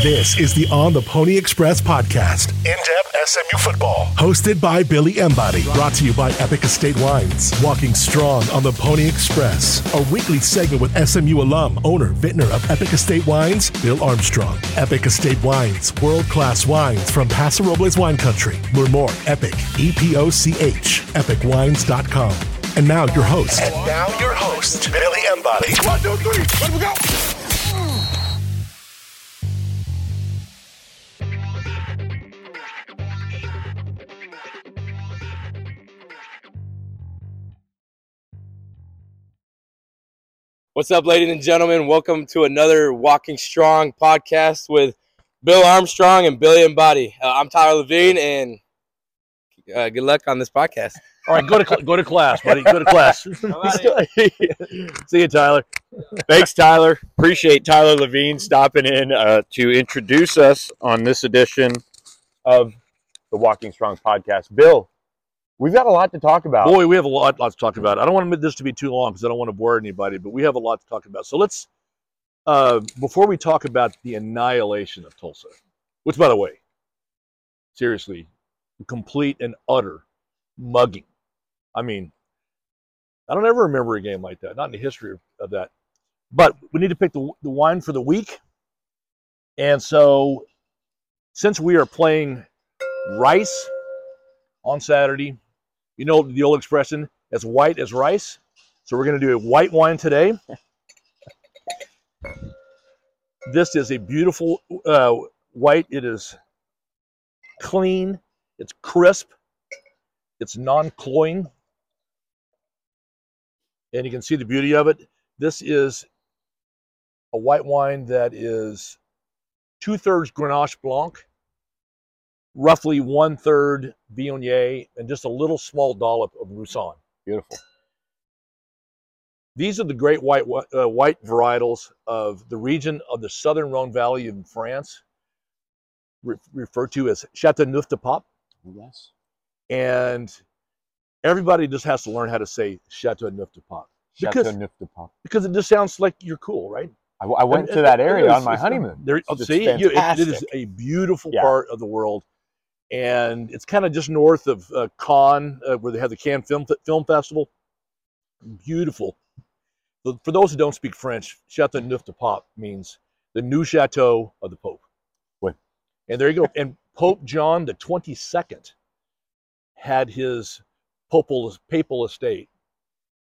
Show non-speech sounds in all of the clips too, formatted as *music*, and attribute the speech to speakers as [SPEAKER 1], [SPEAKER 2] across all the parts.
[SPEAKER 1] This is the On the Pony Express podcast,
[SPEAKER 2] In depth SMU football.
[SPEAKER 1] hosted by Billy Embody, brought to you by Epic Estate Wines. Walking strong on the Pony Express, a weekly segment with SMU alum, owner, vintner of Epic Estate Wines, Bill Armstrong. Epic Estate Wines, world class wines from Paso Robles wine country. Learn more, Epic, E P O C H, epicwines.com. And now your host,
[SPEAKER 2] And now your host, Billy Embody. One, two, three, let we go.
[SPEAKER 3] What's up, ladies and gentlemen? Welcome to another Walking Strong podcast with Bill Armstrong and Billy Embody. Uh, I'm Tyler Levine, and uh, good luck on this podcast.
[SPEAKER 4] All right, go to cl- go to class, buddy. Go to class. *laughs* See you, Tyler.
[SPEAKER 5] Thanks, Tyler. Appreciate Tyler Levine stopping in uh, to introduce us on this edition of the Walking Strong podcast. Bill, we've got a lot to talk about.
[SPEAKER 4] Boy, we have a lot, lot to talk about. I don't want this to be too long because I don't want to bore anybody, but we have a lot to talk about. So let's, uh, before we talk about the annihilation of Tulsa, which, by the way, seriously, complete and utter mugging. I mean, I don't ever remember a game like that, not in the history of, of that. But we need to pick the, the wine for the week. And so, since we are playing rice on Saturday, you know the old expression, as white as rice. So we're going to do a white wine today. this is a beautiful uh, white. It is clean. It's crisp. It's non-cloying, and you can see the beauty of it. This is a white wine that is two-thirds Grenache Blanc, roughly one third Viognier and just a little small dollop of Roussan.
[SPEAKER 5] Beautiful.
[SPEAKER 4] These are the great white wa- uh, white varietals of the region of the southern Rhone Valley in France, re- referred to as Chateauneuf de Pop.
[SPEAKER 5] Yes.
[SPEAKER 4] And everybody just has to learn how to say Chateauneuf de Pop
[SPEAKER 5] Chateau
[SPEAKER 4] Because-
[SPEAKER 5] Niftapak.
[SPEAKER 4] because it just sounds like you're cool, right?
[SPEAKER 5] I, I went
[SPEAKER 4] And-
[SPEAKER 5] to that
[SPEAKER 4] and-
[SPEAKER 5] area
[SPEAKER 4] it's-
[SPEAKER 5] on my
[SPEAKER 4] it's-
[SPEAKER 5] honeymoon.
[SPEAKER 4] There,
[SPEAKER 5] It's
[SPEAKER 4] see, you, it- it is
[SPEAKER 5] fantastic.
[SPEAKER 4] a beautiful
[SPEAKER 5] Yeah.
[SPEAKER 4] part of the world, and it's kind of just north of uh, Cannes, uh, where they have the Cannes Film Fe- Film Festival. Beautiful. For- For those who don't speak French, Chateau Neuf de Pape means the new chateau of the Pope.
[SPEAKER 5] Wait.
[SPEAKER 4] And there you go. and Pope John the Twenty Second had his papal papal estate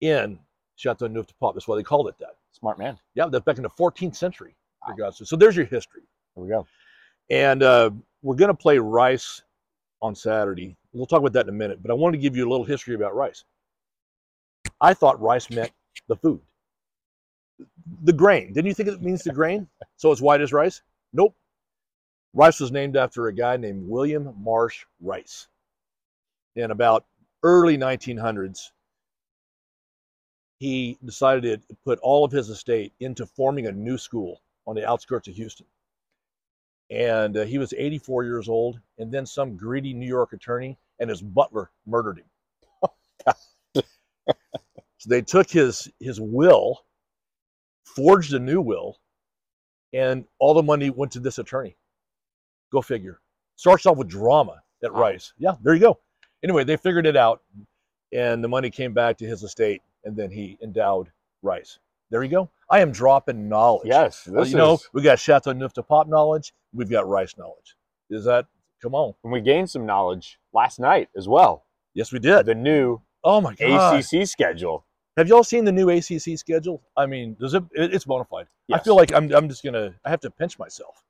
[SPEAKER 4] in Chateau Neuf de Pape. That's why they called it that.
[SPEAKER 5] Smart man.
[SPEAKER 4] Yeah, that's back in the 14th century. For God's sake. So there's your history.
[SPEAKER 5] There we go.
[SPEAKER 4] And uh, we're going to play Rice on Saturday. We'll talk about that in a minute, but I wanted to give you a little history about rice. I thought rice meant the food, the grain. Didn't you think it means the grain? So it's white as rice? Nope. Rice was named after a guy named William Marsh Rice. In about early 1900s, he decided to put all of his estate into forming a new school on the outskirts of Houston and uh, he was 84 years old. And then some greedy New York attorney and his butler murdered him. *laughs* so they took his his will, forged a new will, and all the money went to this attorney. Go figure. Starts off with drama at Rice. Yeah, there you go. Anyway, they figured it out, and the money came back to his estate, and then he endowed Rice. There you go. I am dropping knowledge.
[SPEAKER 5] Yes. This
[SPEAKER 4] Well, you
[SPEAKER 5] is,
[SPEAKER 4] know, we got Chateau Neuf to pop knowledge. We've got rice knowledge. Is that? Come on.
[SPEAKER 5] and we gained some knowledge last night as well.
[SPEAKER 4] Yes, we did.
[SPEAKER 5] The new
[SPEAKER 4] Oh my God.
[SPEAKER 5] ACC schedule.
[SPEAKER 4] Have y'all seen the new ACC schedule? I mean, does it? it it's bona fide. I
[SPEAKER 5] Yes.
[SPEAKER 4] feel like I'm. I'm just gonna. I have to pinch myself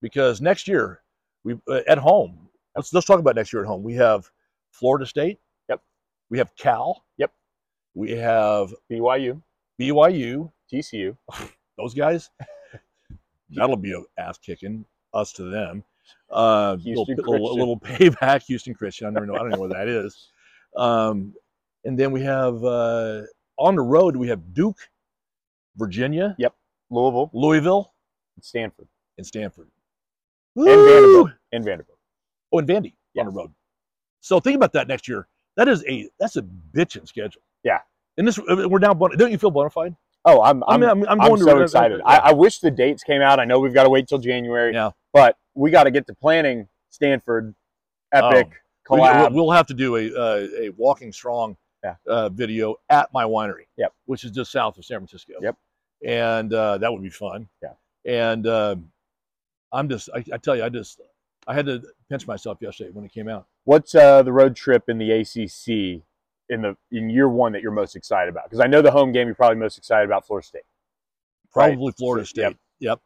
[SPEAKER 4] because next year we uh, at home. Let's let's talk about next year at home. We have Florida State.
[SPEAKER 5] Yep.
[SPEAKER 4] We have Cal.
[SPEAKER 5] Yep.
[SPEAKER 4] We have
[SPEAKER 5] BYU,
[SPEAKER 4] BYU.
[SPEAKER 5] TCU. *laughs*
[SPEAKER 4] Those guys. That'll be a ass kicking us to them. Uh, little,
[SPEAKER 5] Houston
[SPEAKER 4] little,
[SPEAKER 5] Christian.
[SPEAKER 4] little payback, Houston Christian. I don't know. I don't know where that is. Um, and then we have uh, on the road. We have Duke, Virginia,
[SPEAKER 5] Louisville,
[SPEAKER 4] Louisville,
[SPEAKER 5] Stanford,
[SPEAKER 4] and Stanford.
[SPEAKER 5] and Vanderbilt,
[SPEAKER 4] Woo!
[SPEAKER 5] and Vanderbilt.
[SPEAKER 4] Oh, and Vandy
[SPEAKER 5] Yes.
[SPEAKER 4] on the road. So think about that next year. That is a that's a bitchin' schedule.
[SPEAKER 5] Yeah.
[SPEAKER 4] And this uh, we're now bon- don't you feel bona fide?
[SPEAKER 5] Oh, I'm I'm,
[SPEAKER 4] I'm, I'm
[SPEAKER 5] I'm
[SPEAKER 4] going
[SPEAKER 5] so
[SPEAKER 4] to,
[SPEAKER 5] excited.
[SPEAKER 4] Yeah.
[SPEAKER 5] I, I wish the dates came out. I know we've got to wait till January.
[SPEAKER 4] Yeah.
[SPEAKER 5] But we got to get to planning Stanford, Epic,
[SPEAKER 4] We-
[SPEAKER 5] collab.
[SPEAKER 4] Oh. We'll have to do a uh, a walking strong
[SPEAKER 5] Yeah.
[SPEAKER 4] uh, video at my winery.
[SPEAKER 5] Yep.
[SPEAKER 4] Which is just south of San Francisco.
[SPEAKER 5] Yep.
[SPEAKER 4] And uh, that would be fun.
[SPEAKER 5] Yeah.
[SPEAKER 4] And um, I'm just I, I tell you I just I had to pinch myself yesterday when it came out.
[SPEAKER 5] What's uh, the road trip in the ACC in the in year one that you're most excited about? Because I know the home game you're probably most excited about Florida State. Right.
[SPEAKER 4] Probably Florida
[SPEAKER 5] So,
[SPEAKER 4] State.
[SPEAKER 5] yep.
[SPEAKER 4] yep.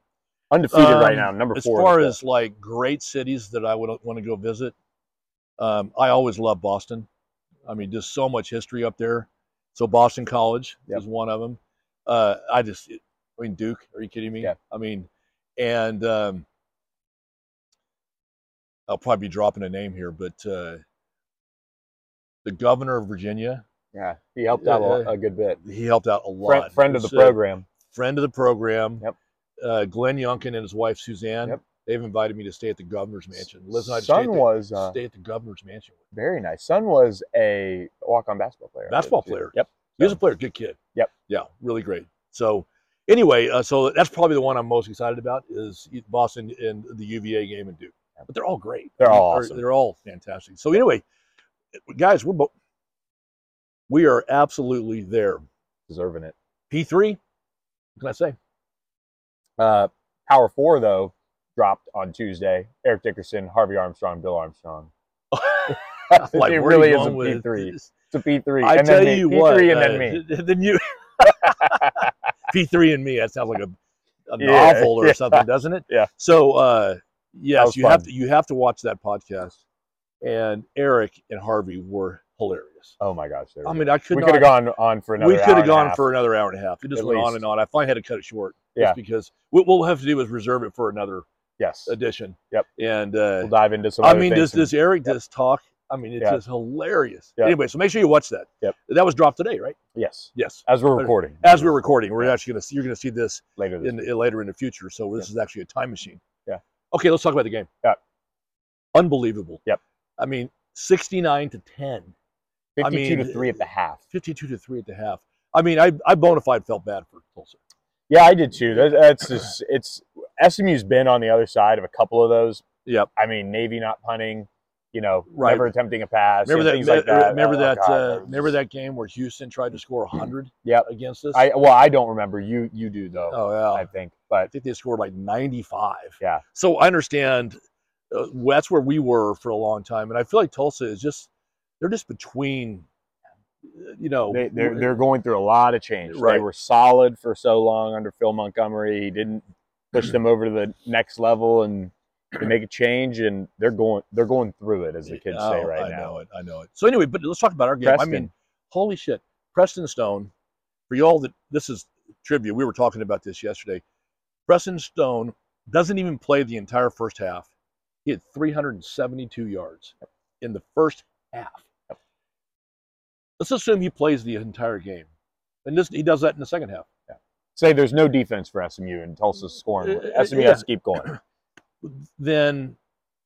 [SPEAKER 5] Undefeated right
[SPEAKER 4] Um,
[SPEAKER 5] now, number
[SPEAKER 4] as
[SPEAKER 5] four. in
[SPEAKER 4] far
[SPEAKER 5] the-
[SPEAKER 4] as like great cities that I would want to go visit, um, I always love Boston. I mean, just so much history up there. So Boston College
[SPEAKER 5] Yep.
[SPEAKER 4] is one of them. Uh, I just, I mean, Duke. Are you kidding me?
[SPEAKER 5] Yeah.
[SPEAKER 4] I mean, and um, I'll probably be dropping a name here, but uh, the governor of Virginia,
[SPEAKER 5] yeah, he helped out
[SPEAKER 4] Yeah.
[SPEAKER 5] a, a good bit.
[SPEAKER 4] he helped out a lot.
[SPEAKER 5] Friend, friend of the
[SPEAKER 4] It's, uh,
[SPEAKER 5] program.
[SPEAKER 4] friend of the program.
[SPEAKER 5] Yep.
[SPEAKER 4] Uh, Glenn Youngkin and his wife Suzanne.
[SPEAKER 5] Yep.
[SPEAKER 4] They've invited me to stay at the governor's mansion. Liz and I stay at, the,
[SPEAKER 5] Son was uh,
[SPEAKER 4] stay at the governor's mansion.
[SPEAKER 5] very nice. Son was a walk-on basketball player. I believe,
[SPEAKER 4] Basketball
[SPEAKER 5] too.
[SPEAKER 4] player.
[SPEAKER 5] Yep.
[SPEAKER 4] He was a player, good kid.
[SPEAKER 5] Yep.
[SPEAKER 4] Yeah, really great. So anyway, uh, so that's probably the one I'm most excited about is Boston and the UVA game and Duke. But they're all great.
[SPEAKER 5] They're all
[SPEAKER 4] They're-
[SPEAKER 5] awesome.
[SPEAKER 4] They're all fantastic. So anyway, guys, we're bo- we are absolutely there.
[SPEAKER 5] Deserving it.
[SPEAKER 4] P three. What can I say? *laughs*
[SPEAKER 5] Uh, Power Four though dropped on Tuesday. Eric Dickerson, Harvey Armstrong, Bill Armstrong.
[SPEAKER 4] *laughs* Like,
[SPEAKER 5] *laughs* *laughs* it
[SPEAKER 4] where are you
[SPEAKER 5] really is a
[SPEAKER 4] going with
[SPEAKER 5] P three.
[SPEAKER 4] this?
[SPEAKER 5] It's a P three.
[SPEAKER 4] I
[SPEAKER 5] and
[SPEAKER 4] tell
[SPEAKER 5] then me.
[SPEAKER 4] you
[SPEAKER 5] P3
[SPEAKER 4] what,
[SPEAKER 5] and then
[SPEAKER 4] uh,
[SPEAKER 5] me.
[SPEAKER 4] th- then *laughs* you P3 and me. That sounds like a, a
[SPEAKER 5] Yeah,
[SPEAKER 4] novel or
[SPEAKER 5] yeah.
[SPEAKER 4] something, doesn't it?
[SPEAKER 5] Yeah.
[SPEAKER 4] So, uh, yes,
[SPEAKER 5] was
[SPEAKER 4] you have
[SPEAKER 5] fun.
[SPEAKER 4] to you have to watch that podcast. And Eric and Harvey were hilarious.
[SPEAKER 5] Oh my gosh! there
[SPEAKER 4] I
[SPEAKER 5] we
[SPEAKER 4] mean, I
[SPEAKER 5] go.
[SPEAKER 4] could
[SPEAKER 5] we
[SPEAKER 4] not-
[SPEAKER 5] could have gone on for another.
[SPEAKER 4] we could
[SPEAKER 5] hour
[SPEAKER 4] have
[SPEAKER 5] and a
[SPEAKER 4] gone
[SPEAKER 5] half.
[SPEAKER 4] for another hour and a half. It just
[SPEAKER 5] At
[SPEAKER 4] went on
[SPEAKER 5] least.
[SPEAKER 4] and on. I finally had to cut it short.
[SPEAKER 5] Yeah.
[SPEAKER 4] Just because what we'll have to do is reserve it for another
[SPEAKER 5] yes.
[SPEAKER 4] edition.
[SPEAKER 5] Yep.
[SPEAKER 4] And uh,
[SPEAKER 5] We'll dive into some.
[SPEAKER 4] I
[SPEAKER 5] other
[SPEAKER 4] mean,
[SPEAKER 5] things
[SPEAKER 4] does this Eric
[SPEAKER 5] Yep.
[SPEAKER 4] does talk? I mean, it's
[SPEAKER 5] Yeah.
[SPEAKER 4] just hilarious.
[SPEAKER 5] Yeah.
[SPEAKER 4] Anyway, so make sure you watch that.
[SPEAKER 5] Yep.
[SPEAKER 4] That was dropped today, right?
[SPEAKER 5] and- yes,
[SPEAKER 4] Yes.
[SPEAKER 5] as we're recording
[SPEAKER 4] As we're recording, we're actually gonna see, you're gonna see this
[SPEAKER 5] later. This
[SPEAKER 4] in, in- later in the future. So this is actually a time machine.
[SPEAKER 5] Yeah.
[SPEAKER 4] Okay, let's talk about the game.
[SPEAKER 5] Yeah.
[SPEAKER 4] Unbelievable.
[SPEAKER 5] Yep.
[SPEAKER 4] I mean, 69 to 10, I
[SPEAKER 5] fifty-two to
[SPEAKER 4] mean,
[SPEAKER 5] three at the half.
[SPEAKER 4] 52 to three at the half. I mean, I I bona fide felt bad for Tulsa.
[SPEAKER 5] Yeah, I did too. That- That's just it's SMU's been on the other side of a couple of those.
[SPEAKER 4] Yep.
[SPEAKER 5] I mean, Navy not punting, you know,
[SPEAKER 4] Right.
[SPEAKER 5] never attempting a pass,
[SPEAKER 4] Remember
[SPEAKER 5] you know,
[SPEAKER 4] that,
[SPEAKER 5] things like that.
[SPEAKER 4] Remember
[SPEAKER 5] Oh,
[SPEAKER 4] that?
[SPEAKER 5] God,
[SPEAKER 4] uh,
[SPEAKER 5] was
[SPEAKER 4] remember
[SPEAKER 5] just-
[SPEAKER 4] that game where Houston tried to score 100
[SPEAKER 5] *clears throat* Yep.
[SPEAKER 4] against us?
[SPEAKER 5] I well, I don't remember. You you do though.
[SPEAKER 4] oh yeah.
[SPEAKER 5] I think, but
[SPEAKER 4] I think they scored like 95.
[SPEAKER 5] Yeah.
[SPEAKER 4] So I understand uh, that's where we were for a long time, and I feel like Tulsa is just they're just between, uh, you know,
[SPEAKER 5] they, they're they're going through a lot of change. They
[SPEAKER 4] Right.
[SPEAKER 5] were solid for so long under Phil Montgomery. He didn't push them over to the next level and to make a change, and they're going they're going through it, as the kids say
[SPEAKER 4] Oh,
[SPEAKER 5] right
[SPEAKER 4] I
[SPEAKER 5] now.
[SPEAKER 4] know it. I know it. So anyway, but let's talk about our game.
[SPEAKER 5] Preston,
[SPEAKER 4] I mean, holy shit, Preston Stone. For y'all that this is trivia, we were talking about this yesterday. Preston Stone doesn't even play the entire first half. He had 372 yards in the first half. Let's assume he plays the entire game, and this he does that in the second half.
[SPEAKER 5] say there's no defense for SMU, and Tulsa's scoring.
[SPEAKER 4] Uh, uh,
[SPEAKER 5] SMU
[SPEAKER 4] yeah.
[SPEAKER 5] has to keep going.
[SPEAKER 4] Then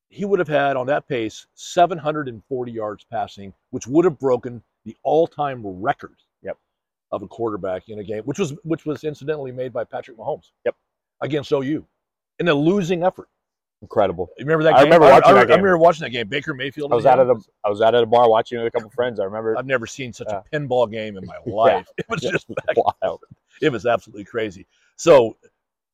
[SPEAKER 4] he would have had on that pace 740 yards passing, which would have broken the all-time record
[SPEAKER 5] Yep.
[SPEAKER 4] of a quarterback in a game, which was which was incidentally made by Patrick Mahomes.
[SPEAKER 5] Yep.
[SPEAKER 4] Against OU, in a losing effort.
[SPEAKER 5] Incredible.
[SPEAKER 4] You remember that?
[SPEAKER 5] I
[SPEAKER 4] game?
[SPEAKER 5] remember watching that
[SPEAKER 4] I
[SPEAKER 5] game.
[SPEAKER 4] remember watching that game. Baker Mayfield.
[SPEAKER 5] I was out at
[SPEAKER 4] the.
[SPEAKER 5] a I was out at a bar watching it with a couple friends. I remember
[SPEAKER 4] I've never seen such
[SPEAKER 5] Yeah.
[SPEAKER 4] a pinball game in my
[SPEAKER 5] *laughs* Yeah.
[SPEAKER 4] life. It was
[SPEAKER 5] Yeah.
[SPEAKER 4] just
[SPEAKER 5] *laughs* wild.
[SPEAKER 4] it was absolutely crazy. So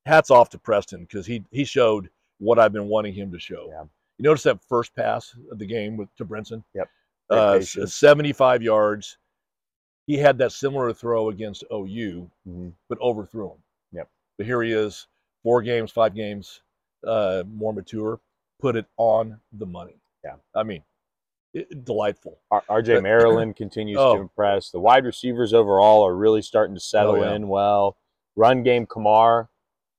[SPEAKER 4] hats off to Preston because he he showed what I've been wanting him to show.
[SPEAKER 5] Yeah.
[SPEAKER 4] You notice that first pass of the game with to Brinson.
[SPEAKER 5] Yep. Great
[SPEAKER 4] Uh, s-
[SPEAKER 5] patience.
[SPEAKER 4] 75 yards. He had that similar throw against OU,
[SPEAKER 5] Mhm.
[SPEAKER 4] but overthrew him.
[SPEAKER 5] Yep.
[SPEAKER 4] But here he is, four games, five games, uh, more mature. Put it on the money.
[SPEAKER 5] Yeah.
[SPEAKER 4] I mean, it, delightful.
[SPEAKER 5] R- RJ Maryland continues
[SPEAKER 4] Oh.
[SPEAKER 5] to impress. The
[SPEAKER 4] Oh,
[SPEAKER 5] wide receivers overall are really starting to settle
[SPEAKER 4] yeah.
[SPEAKER 5] in well. Run game, Kamar.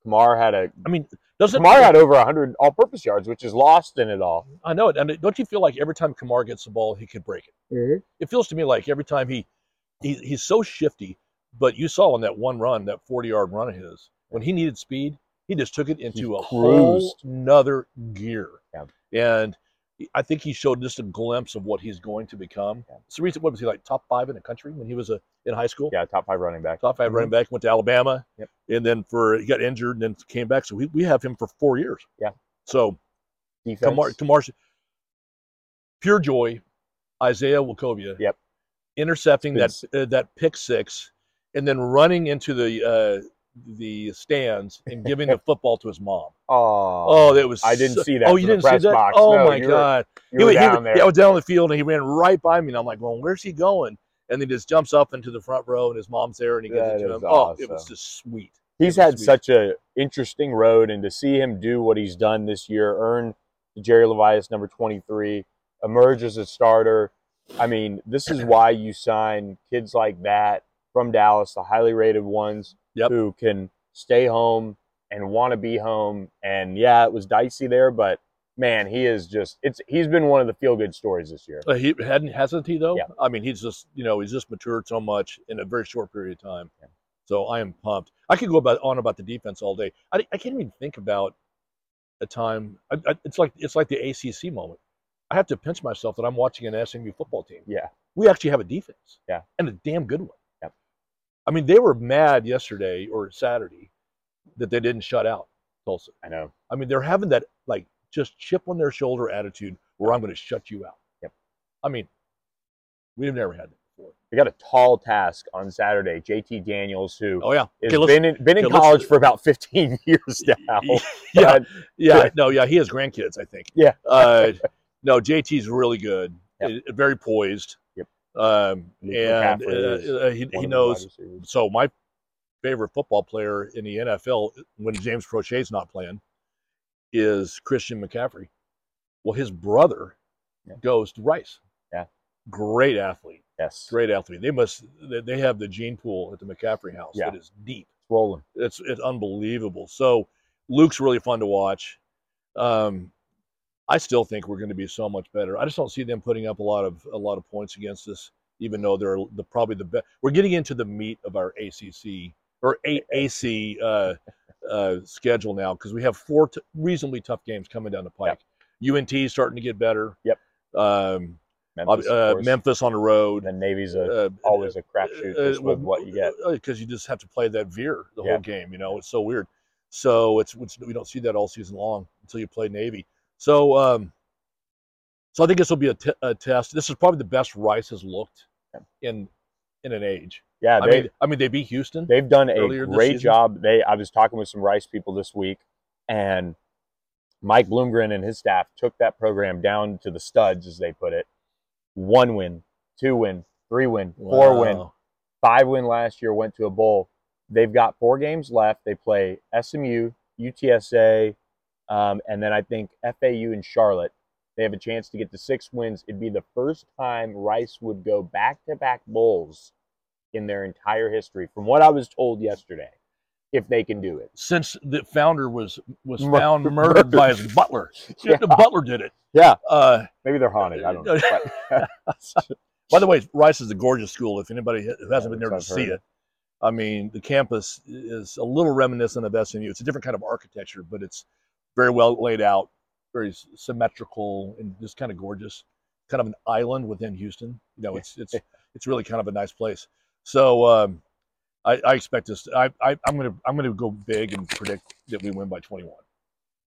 [SPEAKER 5] Kamar had a
[SPEAKER 4] I mean, doesn't
[SPEAKER 5] Kamar had over 100 all-purpose yards, which is lost in it all.
[SPEAKER 4] I know it. And don't you feel like every time Kamar gets the ball, he could break it?
[SPEAKER 5] Mm-hmm.
[SPEAKER 4] It feels to me like every time he, he he's so shifty. But you saw on that one run, that forty-yard run of his, when he needed speed, he just took it into a whole
[SPEAKER 5] cruised.
[SPEAKER 4] another gear.
[SPEAKER 5] Yeah.
[SPEAKER 4] And I think he showed just a glimpse of what he's going to become.
[SPEAKER 5] Yeah.
[SPEAKER 4] It's the reason. What was he like? Top five in the country when he was a, in high school.
[SPEAKER 5] Yeah, top five running back.
[SPEAKER 4] Top 5 running back went to Alabama,
[SPEAKER 5] Yep.
[SPEAKER 4] and then for he got injured and then came back. So we, we have him for four years.
[SPEAKER 5] Yeah.
[SPEAKER 4] So
[SPEAKER 5] defense.
[SPEAKER 4] Kamar, Kamar, pure joy, Isaiah Wachovia.
[SPEAKER 5] Yep.
[SPEAKER 4] Intercepting that
[SPEAKER 5] It's
[SPEAKER 4] uh, that pick six, and then running into the uh, the stands and giving
[SPEAKER 5] *laughs*
[SPEAKER 4] the football to his mom.
[SPEAKER 5] oh,
[SPEAKER 4] Oh, that was.
[SPEAKER 5] I didn't
[SPEAKER 4] so-
[SPEAKER 5] see that
[SPEAKER 4] Oh, you
[SPEAKER 5] from the
[SPEAKER 4] didn't see
[SPEAKER 5] press
[SPEAKER 4] that?
[SPEAKER 5] box.
[SPEAKER 4] Oh
[SPEAKER 5] No,
[SPEAKER 4] my
[SPEAKER 5] you were-
[SPEAKER 4] God!
[SPEAKER 5] you were
[SPEAKER 4] he,
[SPEAKER 5] down there.
[SPEAKER 4] He, I was down on the field and he ran right by me, and I'm like, "Well, where's he going?" And he just jumps up into the front row, and his mom's there, and he gives
[SPEAKER 5] That
[SPEAKER 4] it to
[SPEAKER 5] is
[SPEAKER 4] him. Oh, it was
[SPEAKER 5] awesome.
[SPEAKER 4] just sweet. It
[SPEAKER 5] he's
[SPEAKER 4] was
[SPEAKER 5] had
[SPEAKER 4] sweet.
[SPEAKER 5] such a interesting road, and to see him do what he's done this year, earn the Jerry Levias number twenty three, emerge as a starter. I mean, this is why you sign kids like that from Dallas, the highly rated ones
[SPEAKER 4] Yep.
[SPEAKER 5] who can stay home and want to be home. And yeah, it was dicey there, but man, he is just it's he's been one of the feel good stories this year.
[SPEAKER 4] Uh, he hadn't hasn't he though?
[SPEAKER 5] Yeah.
[SPEAKER 4] I mean, he's just you know he's just matured so much in a very short period of time. So I am pumped. I could go about on about the defense all day. I, I can't even think about a time. I, I, it's like it's like the ACC moment. I have to pinch myself that I'm watching an SMU football team.
[SPEAKER 5] Yeah.
[SPEAKER 4] We actually have a defense.
[SPEAKER 5] Yeah.
[SPEAKER 4] And a damn good one.
[SPEAKER 5] Yep.
[SPEAKER 4] I mean, they were mad yesterday or Saturday that they didn't shut out Tulsa.
[SPEAKER 5] I know.
[SPEAKER 4] I mean, they're having that like just chip on their shoulder attitude where I'm going to shut you out.
[SPEAKER 5] Yep.
[SPEAKER 4] I mean, we've never had that before.
[SPEAKER 5] We got a tall task on Saturday. JT Daniels, who
[SPEAKER 4] Oh yeah.
[SPEAKER 5] has
[SPEAKER 4] Okay, let's-
[SPEAKER 5] been in, been in
[SPEAKER 4] okay, let's-
[SPEAKER 5] college for about 15 *laughs* years now.
[SPEAKER 4] yeah.
[SPEAKER 5] *laughs* But
[SPEAKER 4] Yeah. No. Yeah. He has grandkids, I think.
[SPEAKER 5] Yeah. *laughs*
[SPEAKER 4] Uh, no, JT's really good.
[SPEAKER 5] Yep.
[SPEAKER 4] uh, Very poised.
[SPEAKER 5] Yep.
[SPEAKER 4] Um,
[SPEAKER 5] Luke
[SPEAKER 4] and uh,
[SPEAKER 5] McCaffrey is
[SPEAKER 4] uh, he,
[SPEAKER 5] one
[SPEAKER 4] he
[SPEAKER 5] of the
[SPEAKER 4] knows.
[SPEAKER 5] wide receivers.
[SPEAKER 4] So my favorite football player in the NFL when James Prochet's not playing is Christian McCaffrey. Well, his brother
[SPEAKER 5] Yeah.
[SPEAKER 4] goes to Rice.
[SPEAKER 5] Yeah.
[SPEAKER 4] Great athlete.
[SPEAKER 5] Yes.
[SPEAKER 4] Great athlete. They must. they- They have the gene pool at the McCaffrey house that is deep.
[SPEAKER 5] Rolling.
[SPEAKER 4] It's it's unbelievable. So Luke's really fun to watch. Um, I still think we're going to be so much better. I just don't see them putting up a lot of a lot of points against us, even though they're the probably the best. We're getting into the meat of our ACC or a- AC uh, uh, schedule now because we have four t- reasonably tough games coming down the pike. UNT is starting to get better.
[SPEAKER 5] Yep.
[SPEAKER 4] Um,
[SPEAKER 5] Memphis,
[SPEAKER 4] Memphis,
[SPEAKER 5] of
[SPEAKER 4] uh,
[SPEAKER 5] course.
[SPEAKER 4] Memphis on the road.
[SPEAKER 5] And then Navy's a,
[SPEAKER 4] Uh,
[SPEAKER 5] always a crapshoot just with what you get.
[SPEAKER 4] because uh, you just have to play that veer the
[SPEAKER 5] Yeah.
[SPEAKER 4] whole game. You know, it's so weird. So it's, it's we don't see that all season long until you play Navy. So um, so I think this will be a, t- a test. This is probably the best Rice has looked in in an age.
[SPEAKER 5] Yeah,
[SPEAKER 4] I
[SPEAKER 5] they,
[SPEAKER 4] mean, I mean they beat Houston.
[SPEAKER 5] they've done
[SPEAKER 4] earlier
[SPEAKER 5] a
[SPEAKER 4] this
[SPEAKER 5] great
[SPEAKER 4] season.
[SPEAKER 5] job. They I was talking with some Rice people this week, and Mike Bloomgren and his staff took that program down to the studs, as they put it. One win, two win, three win, four win,
[SPEAKER 4] Wow.
[SPEAKER 5] five win last year, went to a bowl. They've got four games left. They play SMU, UTSA, um, and then I think FAU and Charlotte. They have a chance to get to six wins. It'd be the first time Rice would go back to back bowls in their entire history, from what I was told yesterday, if they can do it.
[SPEAKER 4] Since the founder was was
[SPEAKER 5] Mur-
[SPEAKER 4] found murdered by his butler,
[SPEAKER 5] *laughs* Yeah.
[SPEAKER 4] the butler did it.
[SPEAKER 5] Yeah.
[SPEAKER 4] Uh,
[SPEAKER 5] Maybe they're haunted. I don't know. But- *laughs*
[SPEAKER 4] By the way, Rice is a gorgeous school. If anybody who
[SPEAKER 5] Yeah,
[SPEAKER 4] hasn't been there to
[SPEAKER 5] that's what I've
[SPEAKER 4] see
[SPEAKER 5] heard.
[SPEAKER 4] it, I mean, the campus is a little reminiscent of SMU. It's a different kind of architecture, but it's very well laid out, very s- symmetrical, and just kind of gorgeous. Kind of an island within Houston. You know, it's
[SPEAKER 5] *laughs*
[SPEAKER 4] it's it's really kind of a nice place. So um, I, I expect this. I, I I'm gonna I'm gonna go big and predict that we win by 21.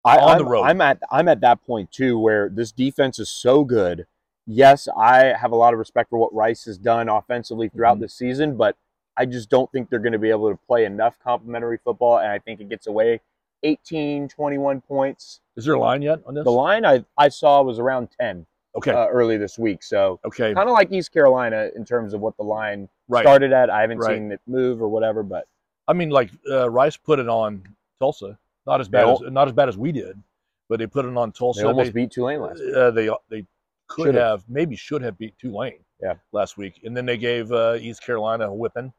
[SPEAKER 5] I,
[SPEAKER 4] on the
[SPEAKER 5] I'm-
[SPEAKER 4] road.
[SPEAKER 5] I'm at I'm at that point too, where this defense is so good. Yes, I have a lot of respect for what Rice has done offensively throughout
[SPEAKER 4] Mhm.
[SPEAKER 5] the season, but I just don't think they're going to be able to play enough complementary football, and I think it gets away 18, 21 points.
[SPEAKER 4] Is there a line yet on this?
[SPEAKER 5] The line I, I saw was around 10
[SPEAKER 4] Okay.
[SPEAKER 5] uh, early this week, so
[SPEAKER 4] okay.
[SPEAKER 5] kind of like East Carolina in terms of what the line
[SPEAKER 4] Right.
[SPEAKER 5] started at. I haven't
[SPEAKER 4] Right.
[SPEAKER 5] seen it move or whatever, but
[SPEAKER 4] I mean, like uh, Rice put it on Tulsa, not as bad as, not as bad as we did, but they put it on Tulsa.
[SPEAKER 5] they almost beat Tulane last week.
[SPEAKER 4] uh, they they could
[SPEAKER 5] Should've.
[SPEAKER 4] have maybe should have beat Tulane
[SPEAKER 5] Yeah.
[SPEAKER 4] last week, and then they gave uh, East Carolina a whipping.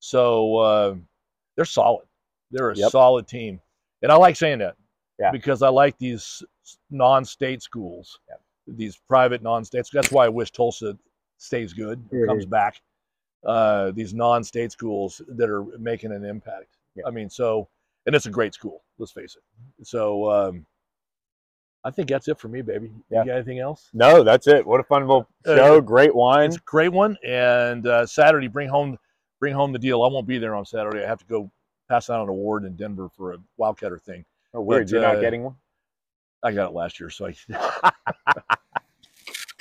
[SPEAKER 4] So uh, they're solid. They're a
[SPEAKER 5] Yep.
[SPEAKER 4] solid team. And I like saying that
[SPEAKER 5] Yeah.
[SPEAKER 4] because I like these non-state schools,
[SPEAKER 5] Yeah.
[SPEAKER 4] these private non-states. That's why I wish Tulsa stays good, or
[SPEAKER 5] Yeah,
[SPEAKER 4] comes back. Uh, these non-state schools that are making an impact.
[SPEAKER 5] Yeah.
[SPEAKER 4] I mean, so and it's a great school. Let's face it. So um, I think that's it for me, baby.
[SPEAKER 5] Yeah.
[SPEAKER 4] You got anything else?
[SPEAKER 5] No, that's it. What a fun little
[SPEAKER 4] Uh,
[SPEAKER 5] show. Great wine.
[SPEAKER 4] It's a great one. And uh, Saturday, bring home bring home the deal. I won't be there on Saturday. I have to go pass out an award in Denver for a Wildcatter thing.
[SPEAKER 5] Oh, weird.
[SPEAKER 4] but,
[SPEAKER 5] You're not
[SPEAKER 4] uh,
[SPEAKER 5] getting one?
[SPEAKER 4] I got it last year, so I *laughs*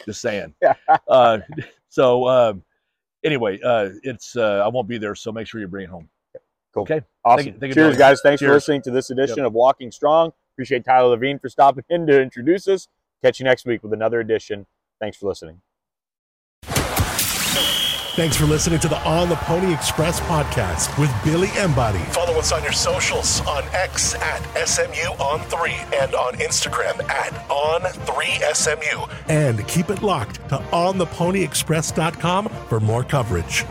[SPEAKER 4] just saying.
[SPEAKER 5] *laughs* Yeah.
[SPEAKER 4] Uh, *laughs* so um, anyway, uh, it's uh, I won't be there, so make sure you bring it home.
[SPEAKER 5] Awesome.
[SPEAKER 4] thank you,
[SPEAKER 5] Cheers,
[SPEAKER 4] Tyler.
[SPEAKER 5] guys. Thanks for
[SPEAKER 4] Cheers.
[SPEAKER 5] listening to this edition of Walking Strong. Appreciate Tyler Levine for stopping in to introduce us. Catch you next week with another edition. Thanks for listening.
[SPEAKER 1] Thanks for listening to the On the Pony Express podcast with Billy Embody.
[SPEAKER 2] Follow us on your socials on X at SMU On3 and on Instagram at On3SMU.
[SPEAKER 1] And keep it locked to ontheponyexpress.com for more coverage.